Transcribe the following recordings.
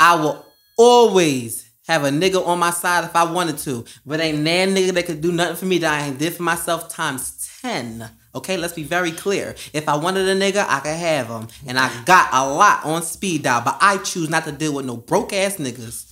I will always have a nigga on my side if I wanted to, but ain't nan nigga that could do nothing for me that I ain't did for myself times 10. Okay, let's be very clear. If I wanted a nigga, I could have him. And I got a lot on speed dial, but I choose not to deal with no broke ass niggas.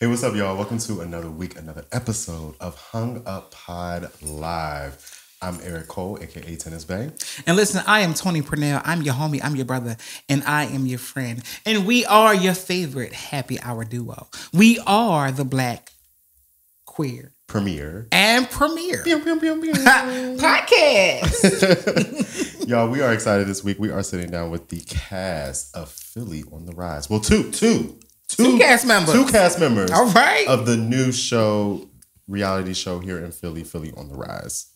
Hey, what's up, y'all? Welcome to another week, another episode of Hung Up Pod Live. I'm Eric Cole, aka Tennis Bay. And listen, I am Tony Purnell. I'm your homie. I'm your brother. And I am your friend. And we are your favorite happy hour duo. We are the Black Queer Premiere. and Premier Pew, pew, pew, pew. Podcast. y'all, we are excited this week. We are sitting down with the cast of Philly on the Rise. Well, two, two, two Two cast members. Two cast members. All right. Uh, Of the new show, reality show here in Philly, Philly on the Rise.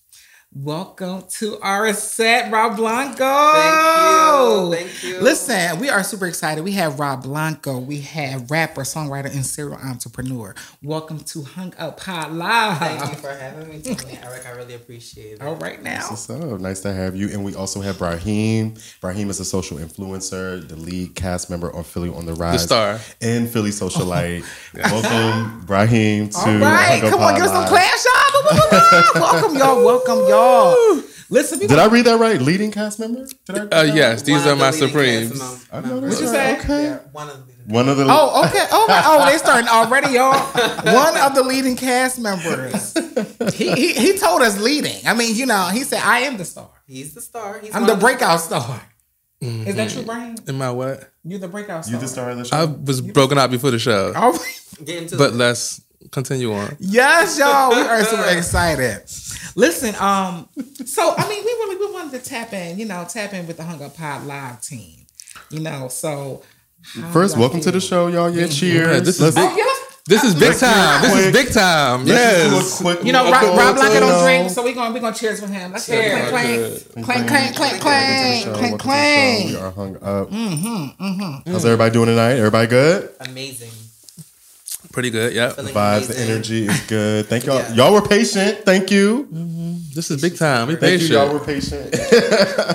Welcome to our set, Rob Blanco. Thank you. Listen, we are super excited. We have Rob Blanco. We have rapper, songwriter, and serial entrepreneur. Welcome to Hung Up Hot Live. Thank you for having me, Tony and Eric. I really appreciate it. All right now. What's up? Nice to have you. And we also have Brahim. Brahim is a social influencer, the lead cast member on Philly on the Rise. star. And Philly Socialite. Welcome, Brahim, to Oh. All right, Hunk come Up on, give us some Live. clap, y'all. Blah, blah, blah, blah. welcome, y'all. Welcome, y'all. Listen, we Did gonna- I read that right? Leading cast member? Did I read Uh, that yes, right? these One are of the my leading cast Supremes. mem- I know members. that's What'd you right. say? Okay. Yeah, one of the leading- One of the Oh, okay. Oh my. Oh, they're starting already, y'all. One of the leading cast members. He, he he told us leading. I mean, you know, he said I am the star. He's the star. He's I'm one the of breakout star. Is that true, Brian? Am I what? You're the breakout star. you the star of the show. I was broken out before the show, All right. Get into but it. let's continue on. Yes, y'all. We are super excited. Listen, um, so I mean, we really we wanted to tap in, you know, tap in with the Hung Up Pod Live team, you know. So how First, y'all welcome to the feel? show, y'all. Yeah, cheers. Okay, this is Let's- big. Oh, yeah, let's- This is big Let's do it time. This is quick. big time. let's Yes. do a quick you know, little Rob, Rob photo. Blanco don't drink, so we're gonna we gonna cheers with him. Let's cheers. Cheers. Clank, clank, clank, clank, clank, Welcome to the show. clank, Welcome clank, to the show. We clank. are hung up. Mm-hmm, How's everybody doing tonight? Everybody good? amazing. Pretty good. Yeah. Feeling Vibes, the amazing. energy is good. Thank y'all. Yeah. Y'all were patient. Thank you. This is big time. We Thank you. Y'all patient. were patient.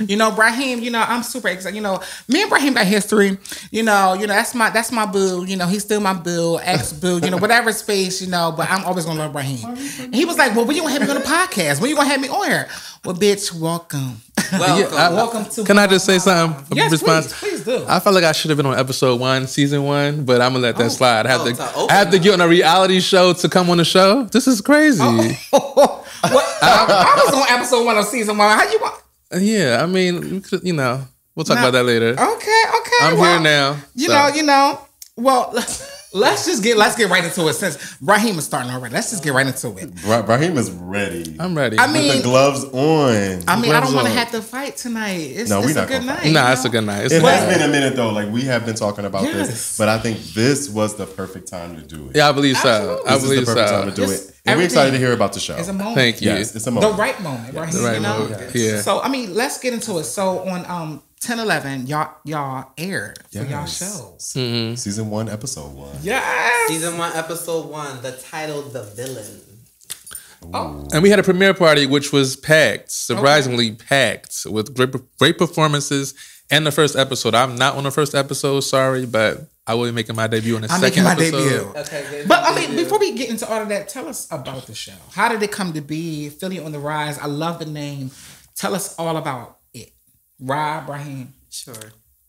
You know, Brahim, you know, I'm super excited. You know, me and Brahim got history. You know, you know, that's my that's my boo. You know, he's still my boo, ex boo, you know, whatever space, you know, but I'm always gonna love Brahim. And he was like, Well, when you gonna have me on the podcast? When you gonna have me on here? Well, bitch, welcome. Welcome. I- welcome to Can I just say something? for Yes, response? please, please do. I felt like I should have been on episode one, season one, but I'm gonna let that slide. I have oh, it's to. an open I have to now. get on a reality show to come on the show. This is crazy. Oh. what? I, I was on episode one of season one. How you want Yeah. I mean, we could- you know, we'll talk Nah. about that later. Okay, okay. I'm well, here now. You so. know, you know. Well, let's just get let's get right into it since Raheem is starting already. Let's just get right into it. Bra- Brahim is ready. I'm ready. I mean- With the gloves on. I mean, I don't Gloves want to on. have to fight tonight. It's, No, it's we a not good gonna night. fight. you Nah, it's know? a good night. It's it not- has been a minute though. Like we have been talking about Yes. this, but I think this was the perfect time to do it. Yeah, I believe so. Absolutely. I this is believe the perfect time so. to do Just it. And we're excited to everything. hear about the show. It's a moment. Thank you. Yes, it's a The moment. right moment, right? The right you know? moment. Yeah. So I mean, let's get into it. So on um 10 11, y'all y'all aired for y'all Yes. shows. Hmm. Mm-hmm. Season one, episode one. Yes. Season one, episode one, the title, The Villain. And we had a premiere party, which was packed, surprisingly packed, with great, great performances and the first episode. I'm not on the first episode, sorry, but I will be making my debut on the I'm making second my episode. debut. Okay, good. But I mean, before we get into all of that, tell us about the show. How did it come to be? Philly on the Rise. I love the name. Tell us all about it. Rob Brahim. Sure.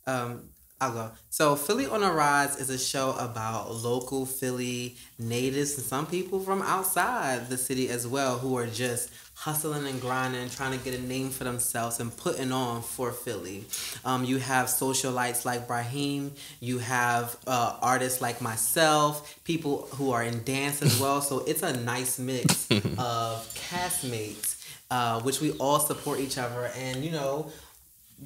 Um, I'll go. So, Philly on a Rise is a show about local Philly natives and some people from outside the city as well who are just hustling and grinding, trying to get a name for themselves and putting on for Philly. Um, you have socialites like Brahim, you have uh, artists like myself, people who are in dance as well. So, it's a nice mix of castmates, uh, which we all support each other and, you know,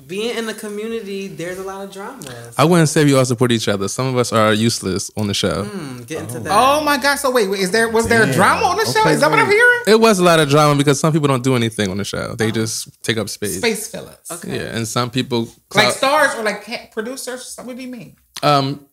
being in the community, there's a lot of drama. I wouldn't say we all support each other. Some of us are useless on the show. Mm, get into that. Oh my God! So wait, wait, is there was there Damn. drama on the show? Okay, Is that what I'm wait. hearing? It was a lot of drama because some people don't do anything on the show. They just take up space. Oh. Space fillers, Okay. Yeah, and some people like clout- stars or like ca- producers. What do you mean? um,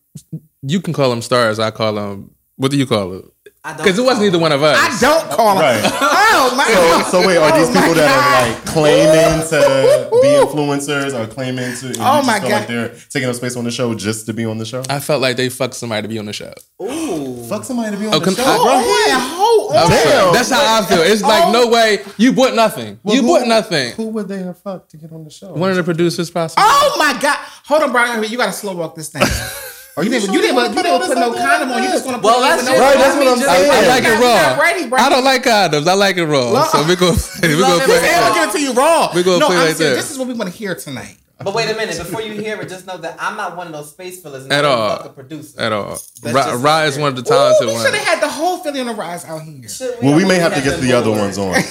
you can call them stars. I call them. What do you call it? I don't Because it wasn't know. either one of us. I don't call them. Right. Oh my God! So, so wait, are Oh these my people that are like claiming to be influencers or claiming to? and you Oh just my feel God. Like they're taking up space on the show just to be on the show. I felt like they fucked somebody to be on the show. Ooh. Fuck somebody to be on Oh, the can- show. I- Hold on, hold on. I'm sorry. Damn. That's how I feel. It's like no way you bought nothing. Well, you who- bought nothing. Who would they have fucked to get on the show? One of the producers, possibly. Oh my God! Hold on, Brian. You gotta slow walk this thing. Are You sure didn't. You didn't. wanna You didn't on put no something condom like on. You that? just gonna put Well, it that's in just- no Right, that's what I'm Let me saying. just- I like it Not- raw. not ready, bro. I don't like condoms. I like it raw. No. So we're going we Love gonna it play raw. Hey, I'm it. giving it to you raw. We gonna no, play I'm right serious. there. This is what we want to hear tonight. But wait a minute, before you hear it, just know that I'm not one of those space fillers. and At I don't all. Fuck a producer. at all. That's Ra, just Ra not is fair. one of the Ooh, talented we should have ones. had the whole Philly on the rise out here. Shit, Well, we may have to get them the other more. ones on.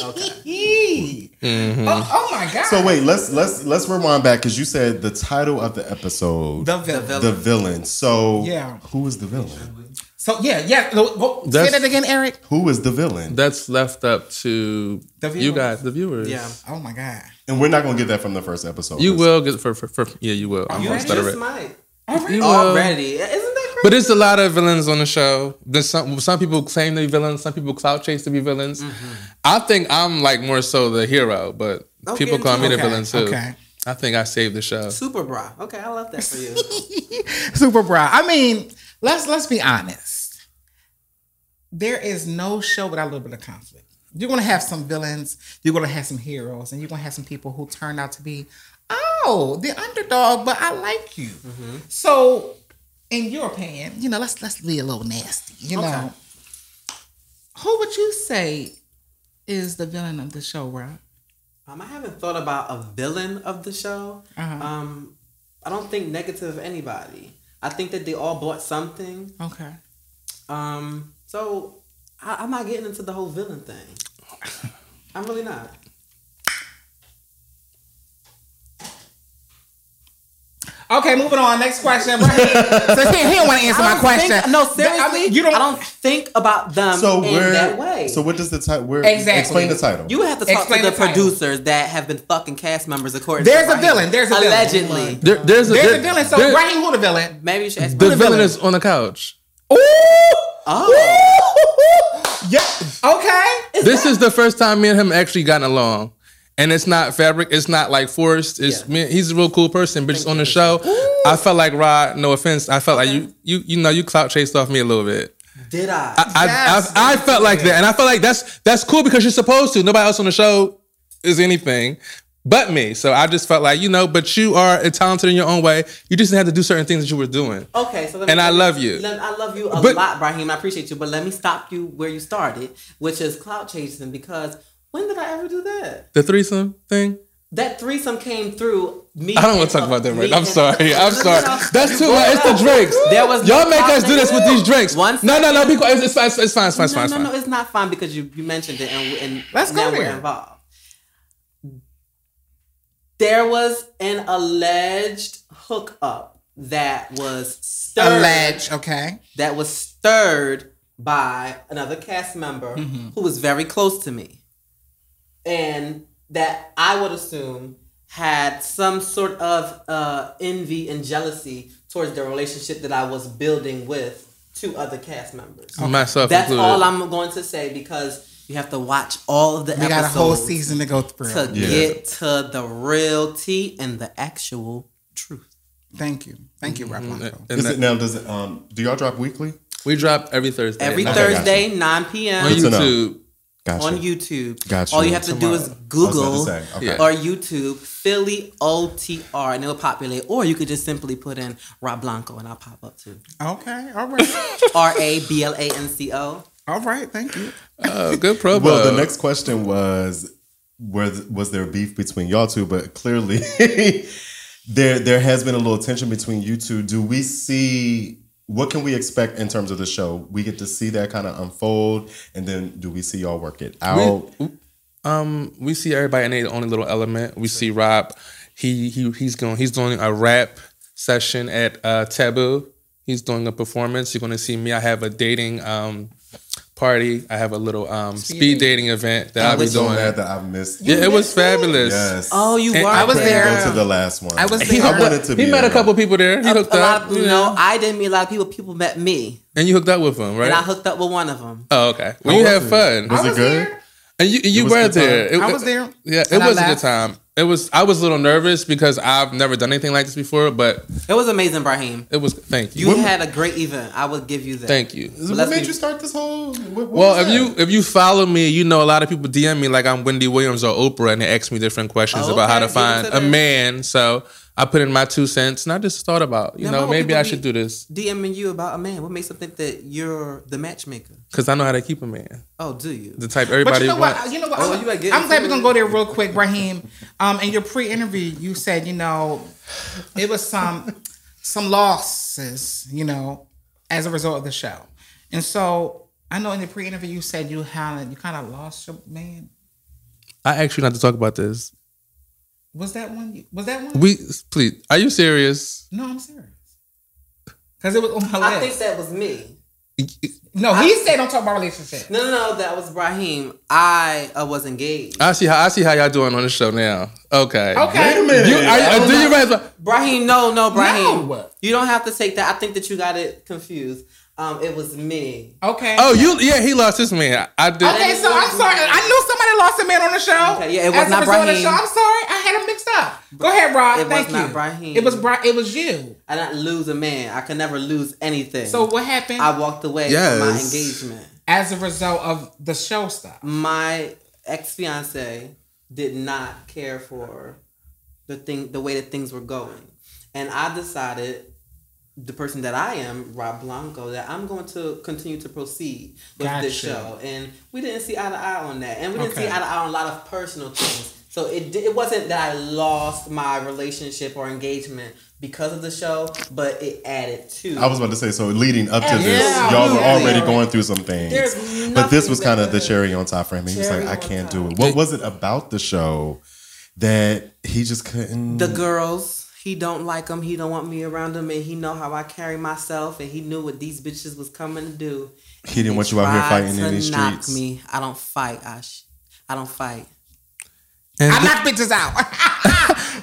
Okay. Yee. Oh, oh my God! So wait, let's let's let's rewind back because you said the title of the episode, the villain. villain. the villain. So Yeah. who is the villain? So yeah, yeah. no, go- say That's- that again, Eric. Who is the villain? That's left up to The you viewers. guys, the viewers. Yeah. Oh my God! and we're not gonna get that from the first episode. You 'cause- will get for, for, for yeah, you will. I'm You gonna just oh, stutter it. might. All right. You will. Already. Isn't that crazy? Uh, But it's a lot of villains on the show. There's some some people claim to be villains, some people clout chase to be villains. Mm-hmm. I think I'm like more so the hero, but Don't people get call me into- the Okay, villain too. okay. I think I saved the show. Super bra. Okay, I love that for you. Super bra. I mean, let's let's be honest. There is no show without a little bit of conflict. You're gonna have some villains, you're gonna have some heroes, and you're gonna have some people who turn out to be, oh, the underdog, but I like you. Mm-hmm. So, in your opinion, you know, let's let's be a little nasty. You Okay. know, who would you say is the villain of the show, Rob? Um, I haven't thought about a villain of the show. Uh-huh. Um, I don't think negative of anybody. I think that they all bought something. Okay. Um, so I, I'm not getting into the whole villain thing. I'm really not. Okay, moving on. Next question. Right here. so he, he don't want to answer I my don't question. Think, no, Th- I mean, seriously, you don't. I don't think about them So in where? that way. So what does the title? Where? Exactly. Explain the title. you would have to talk Explain to the the, title. producers that have been fucking cast members according There's to a Raheem. villain. There's a villain. Allegedly. There, there's a, There's there- a villain. So there- right, who the villain? Maybe you should ask the me. villain, is on the couch. Oh. Yeah. Okay. This is the first time me and him actually gotten along. And it's not fabric. It's not like forced. It's Yeah. me, he's a real cool person, but just on the show, I felt like Rod. No offense, I felt like you, you, you know, you clout chased off me a little bit. Did I? I, Yes. I, I felt like that, and I felt like that's that's cool because you're supposed to. Nobody else on the show is anything but me. So I just felt like you know, but you are talented in your own way. You just had to do certain things that you were doing. Okay, so let me, And I love you. Let, I love you a But- lot, Brahim. I appreciate you, but let me stop you where you started, which is cloud chasing. Because when did I ever do that? The threesome thing. That threesome came through. Me, I don't want and- uh, to talk about that right me now. I'm and- sorry. No, no, I'm sorry. no. That's too much. It's the drinks. There was no Y'all make us do this with these drinks. One No, no, no. Be quiet. It's, it's fine. It's it's fine. It's fine. It's no, fine. It's no, fine. no, it's not fine because you, you mentioned it and, and Let's go now we're there. involved. There was an alleged hookup that was stirred, Alleged. Okay. that was stirred by another cast member who was very close to me, and that I would assume had some sort of uh, envy and jealousy towards the relationship that I was building with two other cast members. Oh, Myself That's included. all I'm going to say because you have to watch all of the We got a episodes whole season to go through. to Yeah. get to the real tea and the actual truth. Thank you. Thank you, Rob Blanco. And Is that- it now? Does it? Um. Do y'all drop weekly? we drop every Thursday. Every night Thursday, 9 p.m. on Good to know. YouTube. Gotcha. on YouTube. Gotcha. All you have to do is Google I was about to say, okay. Yeah. or YouTube Philly OTR and it'll populate. Or you could just simply put in Rob Blanco and I'll pop up too. Okay. All right. R A B L A N C O. All right. Thank you. Oh, good promo. Well, the next question was was was there beef between y'all two? But clearly, there there has been a little tension between you two. Do we see? What can we expect in terms of the show? We get to see that kind of unfold, and then do we see y'all work it out? Um, we see everybody in their own little element. We see Rob. He he he's going he's doing a rap session at uh, Taboo. He's doing a performance. You're going to see me. I have a dating um, party. I have a little um, speed, dating event that I I'll be was So doing. mad that I missed. Yeah, it was missed it? fabulous. Yes. Oh, you And were. I was Couldn't there. Go to the last one. I was He there. I wanted to. he be met a there. couple people there. He A, hooked a lot up. of- you No, know. I didn't meet a lot of people. People met me, and you hooked up with him, right? and I hooked up with one of them. oh, okay. Well, you was had it? fun. Was it good? there. And you, you was a were good time. there. It- I was there. Yeah, it And I was a good laughed. time. It was. I was a little nervous because I've never done anything like this before, but It was amazing, Brahim. it was. Thank you. You had a great event. I would give you that. Thank you. What Let's made be- you start this whole? What, what Well, was if that? you if you follow me, you know a lot of people DM me like I'm Wendy Williams or Oprah, and they ask me different questions Oh, about how okay. to Give it find to a them. man. So I put in my two cents, and I just thought about, you Now, why know, would maybe people I be- should do this DMing you about a man. What makes them think that you're the matchmaker? because I know how to keep a man, Oh, do you? the type But everybody you know wants. what? You know what? Oh, I'm, you gotta get I'm glad into we're it. gonna go there real quick, Raheem. Um, in your pre-interview, you said you know it was some some losses, you know, as a result of the show, and so I know in the pre-interview you said you had you kind of lost your man. I actually not to talk about this. Was that one? you- Was that one? We please, are you serious? no, I'm serious. Because it was on my I think list. that was me. no, he said don't talk about relationships. No, no, no. That was Brahim. I uh, was engaged. I see how I see how y'all doing on the show now. Okay. Okay. Wait a minute. You, are, do you guys? Brahim, no, no, Brahim. No. You don't have to take that. I think that you got it confused. Um, it was me. Okay. Oh, you? Yeah, he lost his man. I did. Okay, so I'm sorry. I knew somebody lost a man on the show. Okay, yeah, it was As not a result of the Brahim. show, I'm sorry. I had him mixed up. Go ahead, Rod. It was Thank you. not Brahim. It was Bra- It was you. I did not lose a man. I can never lose anything. So what happened I walked away from my Yes. engagement. as a result of the show stuff? My ex fiance did not care for the thing, the way that things were going, and I decided, the person that I am, Rob Blanco, that I'm going to continue to proceed with this Gotcha. show, and we didn't see eye to eye on that, and we didn't see Okay. eye to eye on a lot of personal things. So it di- it wasn't that I lost my relationship or engagement because of the show, but it added to. I was about to say. So leading up to Yeah. this, y'all were Yeah. already going through some things, There's but this nothing was kind of the better. cherry on top for him. He was Cherry like, "I on can't top. do it." What was it about the show that he just couldn't? the girls he don't like them he don't want me around them and he know how i carry myself and he knew what these bitches was coming to do he didn't want you out here fighting in these streets. me i don't fight ash i don't fight And I knocked bitches out.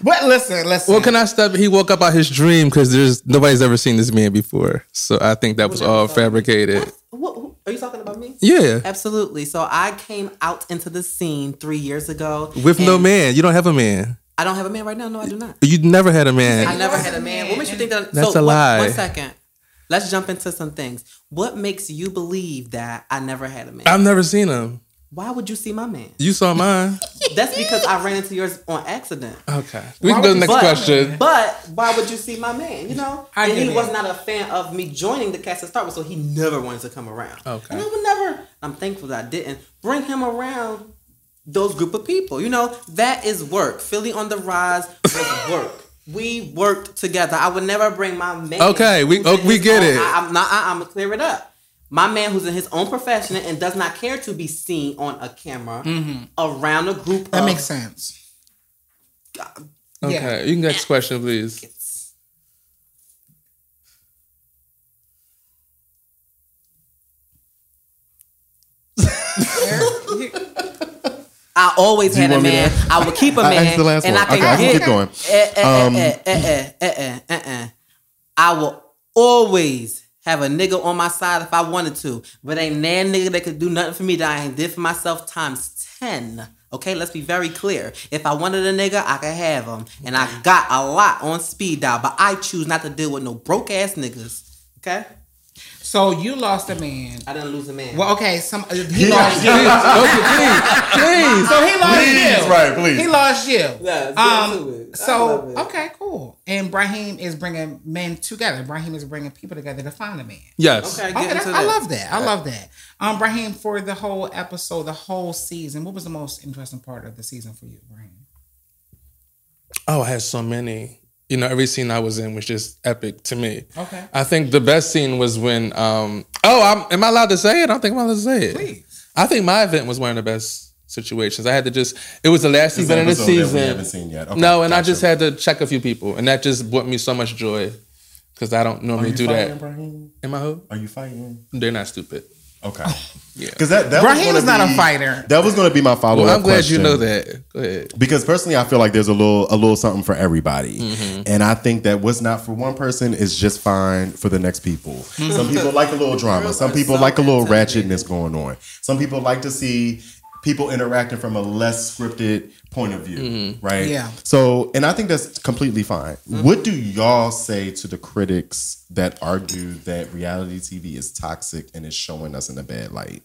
but listen, listen. Well, can I stop? He woke up out his dream because there's nobody's ever seen this man before. So I think that was all fabricated. what, who- are you talking about me Yeah, absolutely so i came out into the scene three years ago with no and man, you don't have a man. i don't have a man right now no i do not You never had a I man. never had a man. What makes you think that? That's so, a one- lie. One second. Let's jump into some things. What makes you believe that I never had a man? I've never seen him. Why would you see my man? You saw mine. That's because I ran into yours on accident. Okay, we Why can would go to the you- next but, question. But why would you see my man? You know, I and get he it. was not a fan of me joining the cast to start with, so he never wanted to come around. Okay. and I would never. I'm thankful that I didn't bring him around those group of people. You know, that is work. Philly on the rise was work. We worked together. I would never bring my man. Okay, we- who's in oh, we his get own- it. I, I'm not. I, I'm gonna clear it up. My man, who's in his own profession and does not care to be seen on a camera Mm-hmm. around a group. that of makes sense. Okay, Yeah. you can next question, please. I always you had a want me man. to- I would keep a man. I asked the last and one. I can okay, I can get, keep going. Eh, eh, eh, Um, eh, eh, eh, eh, eh, eh, eh. I will always have a nigga on my side if I wanted to, but ain't that nigga that could do nothing for me that I ain't did for myself times 10. Okay, let's be very clear. If I wanted a nigga, I could have him. And I got a lot on speed dial, but I choose not to deal with no broke ass niggas. Okay? So you lost a man. I didn't lose a man. Well, okay. Some uh, he lost you. Please, So he lost Please, you. right? Please. He lost you. Yeah, it's good to um, it. I so love it. okay, cool. And Brahim is bringing men together. Brahim is bringing people together to find a man. yes. okay, get Okay, into that's, that. I love that. I love that. Um, Brahim, for the whole episode, the whole season, what was the most interesting part of the season for you, Brahim? Oh, I had so many. You know, every scene I was in was just epic to me. Okay. I think the best scene was when. Um, oh, I'm, am I allowed to say it? I don't think I'm allowed to say it. Please. I think my event was one of the best situations. I had to just it was the last It's season an of the episode that season. we haven't seen yet. Okay, no, and I gotcha. just had to check a few people, and that just brought me so much joy because I don't normally do that. Brahim? Am I who? Are you fighting? They're not stupid. Okay. Oh, Yeah. Because that, that Brahim was is not gonna a be- fighter. That was going to be my follow up. Well, I'm glad you know that. Go ahead. Because personally, I feel like there's a little a little something for everybody, and I think that what's not for one person is just fine for the next people. Some people like a little drama. Some people like a little ratchetness going on. Some people like to see people interacting from a less scripted point of view, right? Yeah. So, and I think that's completely fine. What do y'all say to the critics that argue that reality TV is toxic and is showing us in a bad light?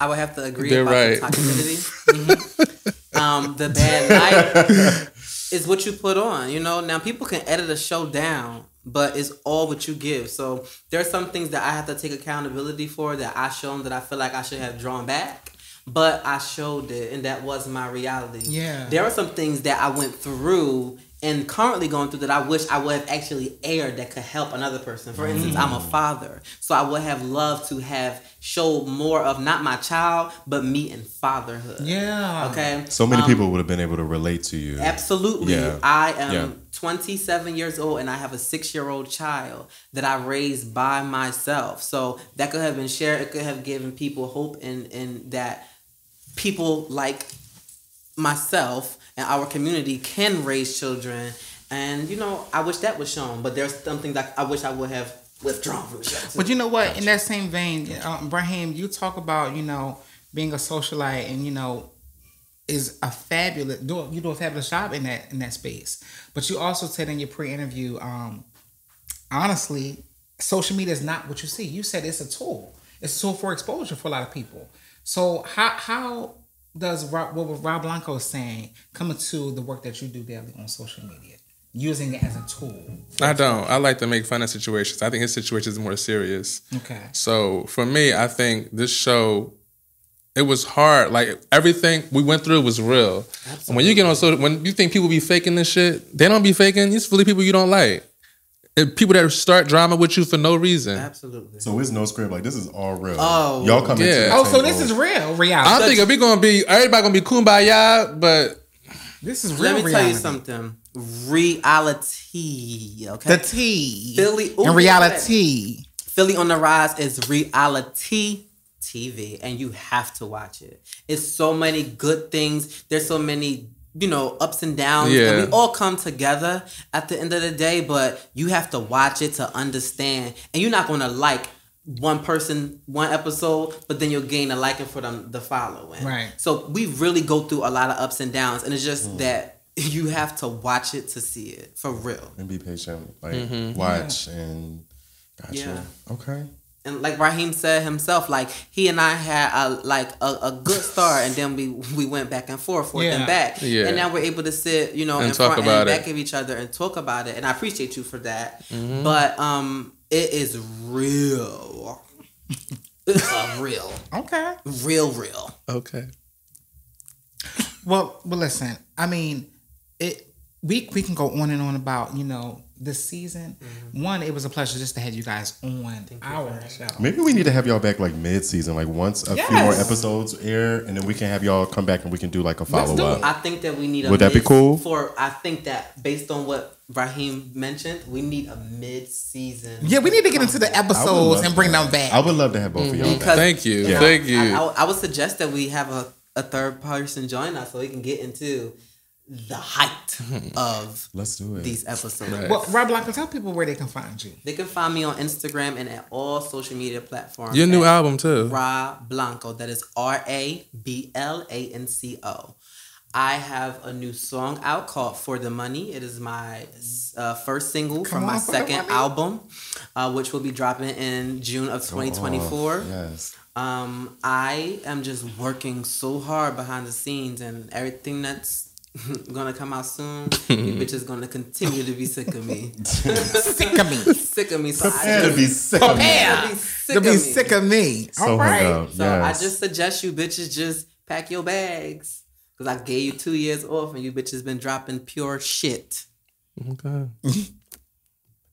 I would have to agree They're about the right. toxicity. Mhm. um, the bad light is what you put on. You know, now people can edit a show down, but it's all what you give. So there are some things that I have to take accountability for that I shown that I feel like I should have drawn back. But I showed it, and that was my reality. Yeah. There are some things that I went through and currently going through that I wish I would have actually aired that could help another person. For instance, I'm Mm. a father, so I would have loved to have showed more of not my child, but me and fatherhood. Yeah. Okay. So many Um, people would have been able to relate to you. Absolutely. Yeah. I am Yeah. 27 years old and I have a six year old child that I raised by myself. So that could have been shared. It could have given people hope in, in that people like myself and our community can raise children. And, you know, I wish that was shown, but there's something that I wish I would have withdrawn from the show. too. But you know what? In that same vein, um, Brahim, you talk about you know being a socialite and you know is a fabulous do you do a fabulous job in that in that space. But you also said in your pre-interview, um, honestly, social media is not what you see. You said it's a tool. It's a tool for exposure for a lot of people. So how how does Rob, what Rob Blanco is saying come into the work that you do daily on social media, using it as a tool? I don't. I like to make fun of situations. I think his situation is more serious. Okay. So for me, I think this show, it was hard. Like everything we went through was real. And when you get on social, when you think people be faking this shit, they don't be faking. It's really people you don't like. And people that start drama with you for no reason. Absolutely. So it's no script. Like this is all real. Oh. y'all coming? Yeah. To the Oh, table. so this is real reality. I'm thinking we gonna be everybody gonna be kumbaya, but This is real Let me tell reality. you something reality. Okay. The T Philly- Ooh, in reality. Philly on the Rise is reality TV, and you have to watch it. It's so many good things. There's so many, you know, ups and downs. Yeah. And we all come together at the end of the day, but you have to watch it to understand. And you're not going to like one person, one episode, but then you'll gain a liking for them the following. Right. So we really go through a lot of ups and downs, and it's just that you have to watch it to see it for real. and be patient. Like watch and Mm-hmm. gotcha. Yeah. Okay. and like Raheem said himself, like he and I had a like a, a good start, and then we we went back and forth, forth Yeah. and back, Yeah. and now we're able to sit, you know, And in talk front about and it. back of each other and talk about it, and I appreciate you for that. Mm-hmm. But um, it is real, it's a real, Okay. real, real. okay. Well, well, listen. I mean, it. We we can go on and on about you know this season. One, it was a pleasure just to have you guys on our show. Maybe we need to have y'all back like mid season, like once a few Yes. more episodes air, and then we can have y'all come back and we can do like a Let's do follow up. I think that we need a Would that be mid- cool? for I think that based on what Raheem mentioned, we need a mid season. Yeah, we need to get into the episodes and bring them back. I would love to have both of y'all back. Because- Thank you. know, Thank you. I, I, I would suggest that we have a, a third person join us so we can get into the height of Let's do it. these episodes. Right. well, Rob Blanco, tell people where they can find you. They can find me on Instagram and at all social media platforms. Your new at album too. Ra Blanco. That is R A B L A N C O. I have a new song out called For the Money. It is my uh, first single from my on, For the second Money. album, uh, which will be dropping in June of 2024. Oh, Yes. Um, I am just working so hard behind the scenes, and everything that's gonna come out soon, you bitches gonna continue to be sick of me, Sick of me. sick of me. So I That'd just, be sick. Yeah, Prepare be sick to of be me. sick of me. So All right. hung up. So yes. I just suggest you bitches just pack your bags, cause I gave you two years off, and you bitches been dropping pure shit. Okay.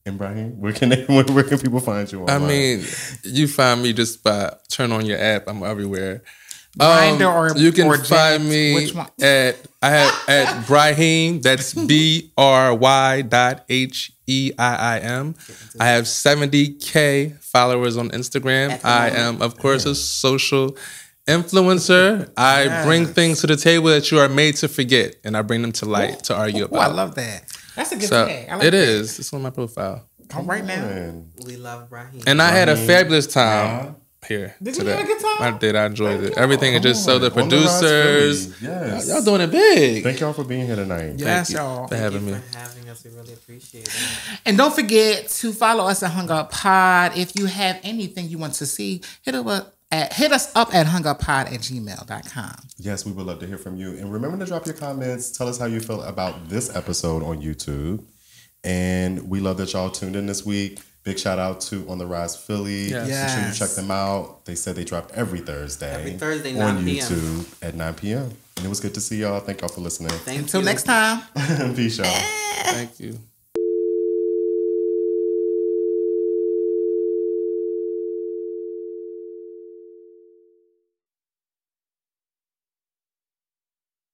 and Brian, where can they, where, where can people find you? I online? mean, you find me just by turn on your app. I'm everywhere. Grindr or you can or find James? me Which one? at I have at Brahim. That's B R Y dot H E I I M. I have seventy k followers on Instagram. At the I am, of course, a social influencer. I bring things to the table that you are made to forget, and I bring them to light to argue Oh, I about. love that. That's a good so tag. I it that. is. It's on my profile, Come right now. Man. We love Raheem. and I had a fabulous time. Here Did you today. have a good time? I did. I enjoyed it. Everything is just so the On the rise, producers, Philly. Yes. Y'all doing it big. Thank y'all for being here tonight. Yes, you y'all. for having Thank me. you for having us. We really appreciate it. And don't forget to follow us at Hung Up Pod. If you have anything you want to see, hit us up at, hit us up at hunguppod at gmail.com. Yes, we would love to hear from you. And remember to drop your comments. Tell us how you feel about this episode on YouTube. And we love that y'all tuned in this week. Big shout out to On the Rise Philly. Yes. Make sure you Yes. check them out. They said they dropped every Thursday. Every Thursday, on 9 p.m. YouTube at 9 p.m. And it was good to see y'all. Thank y'all for listening. Thank Until you. next time. Peace, y'all. Thank you.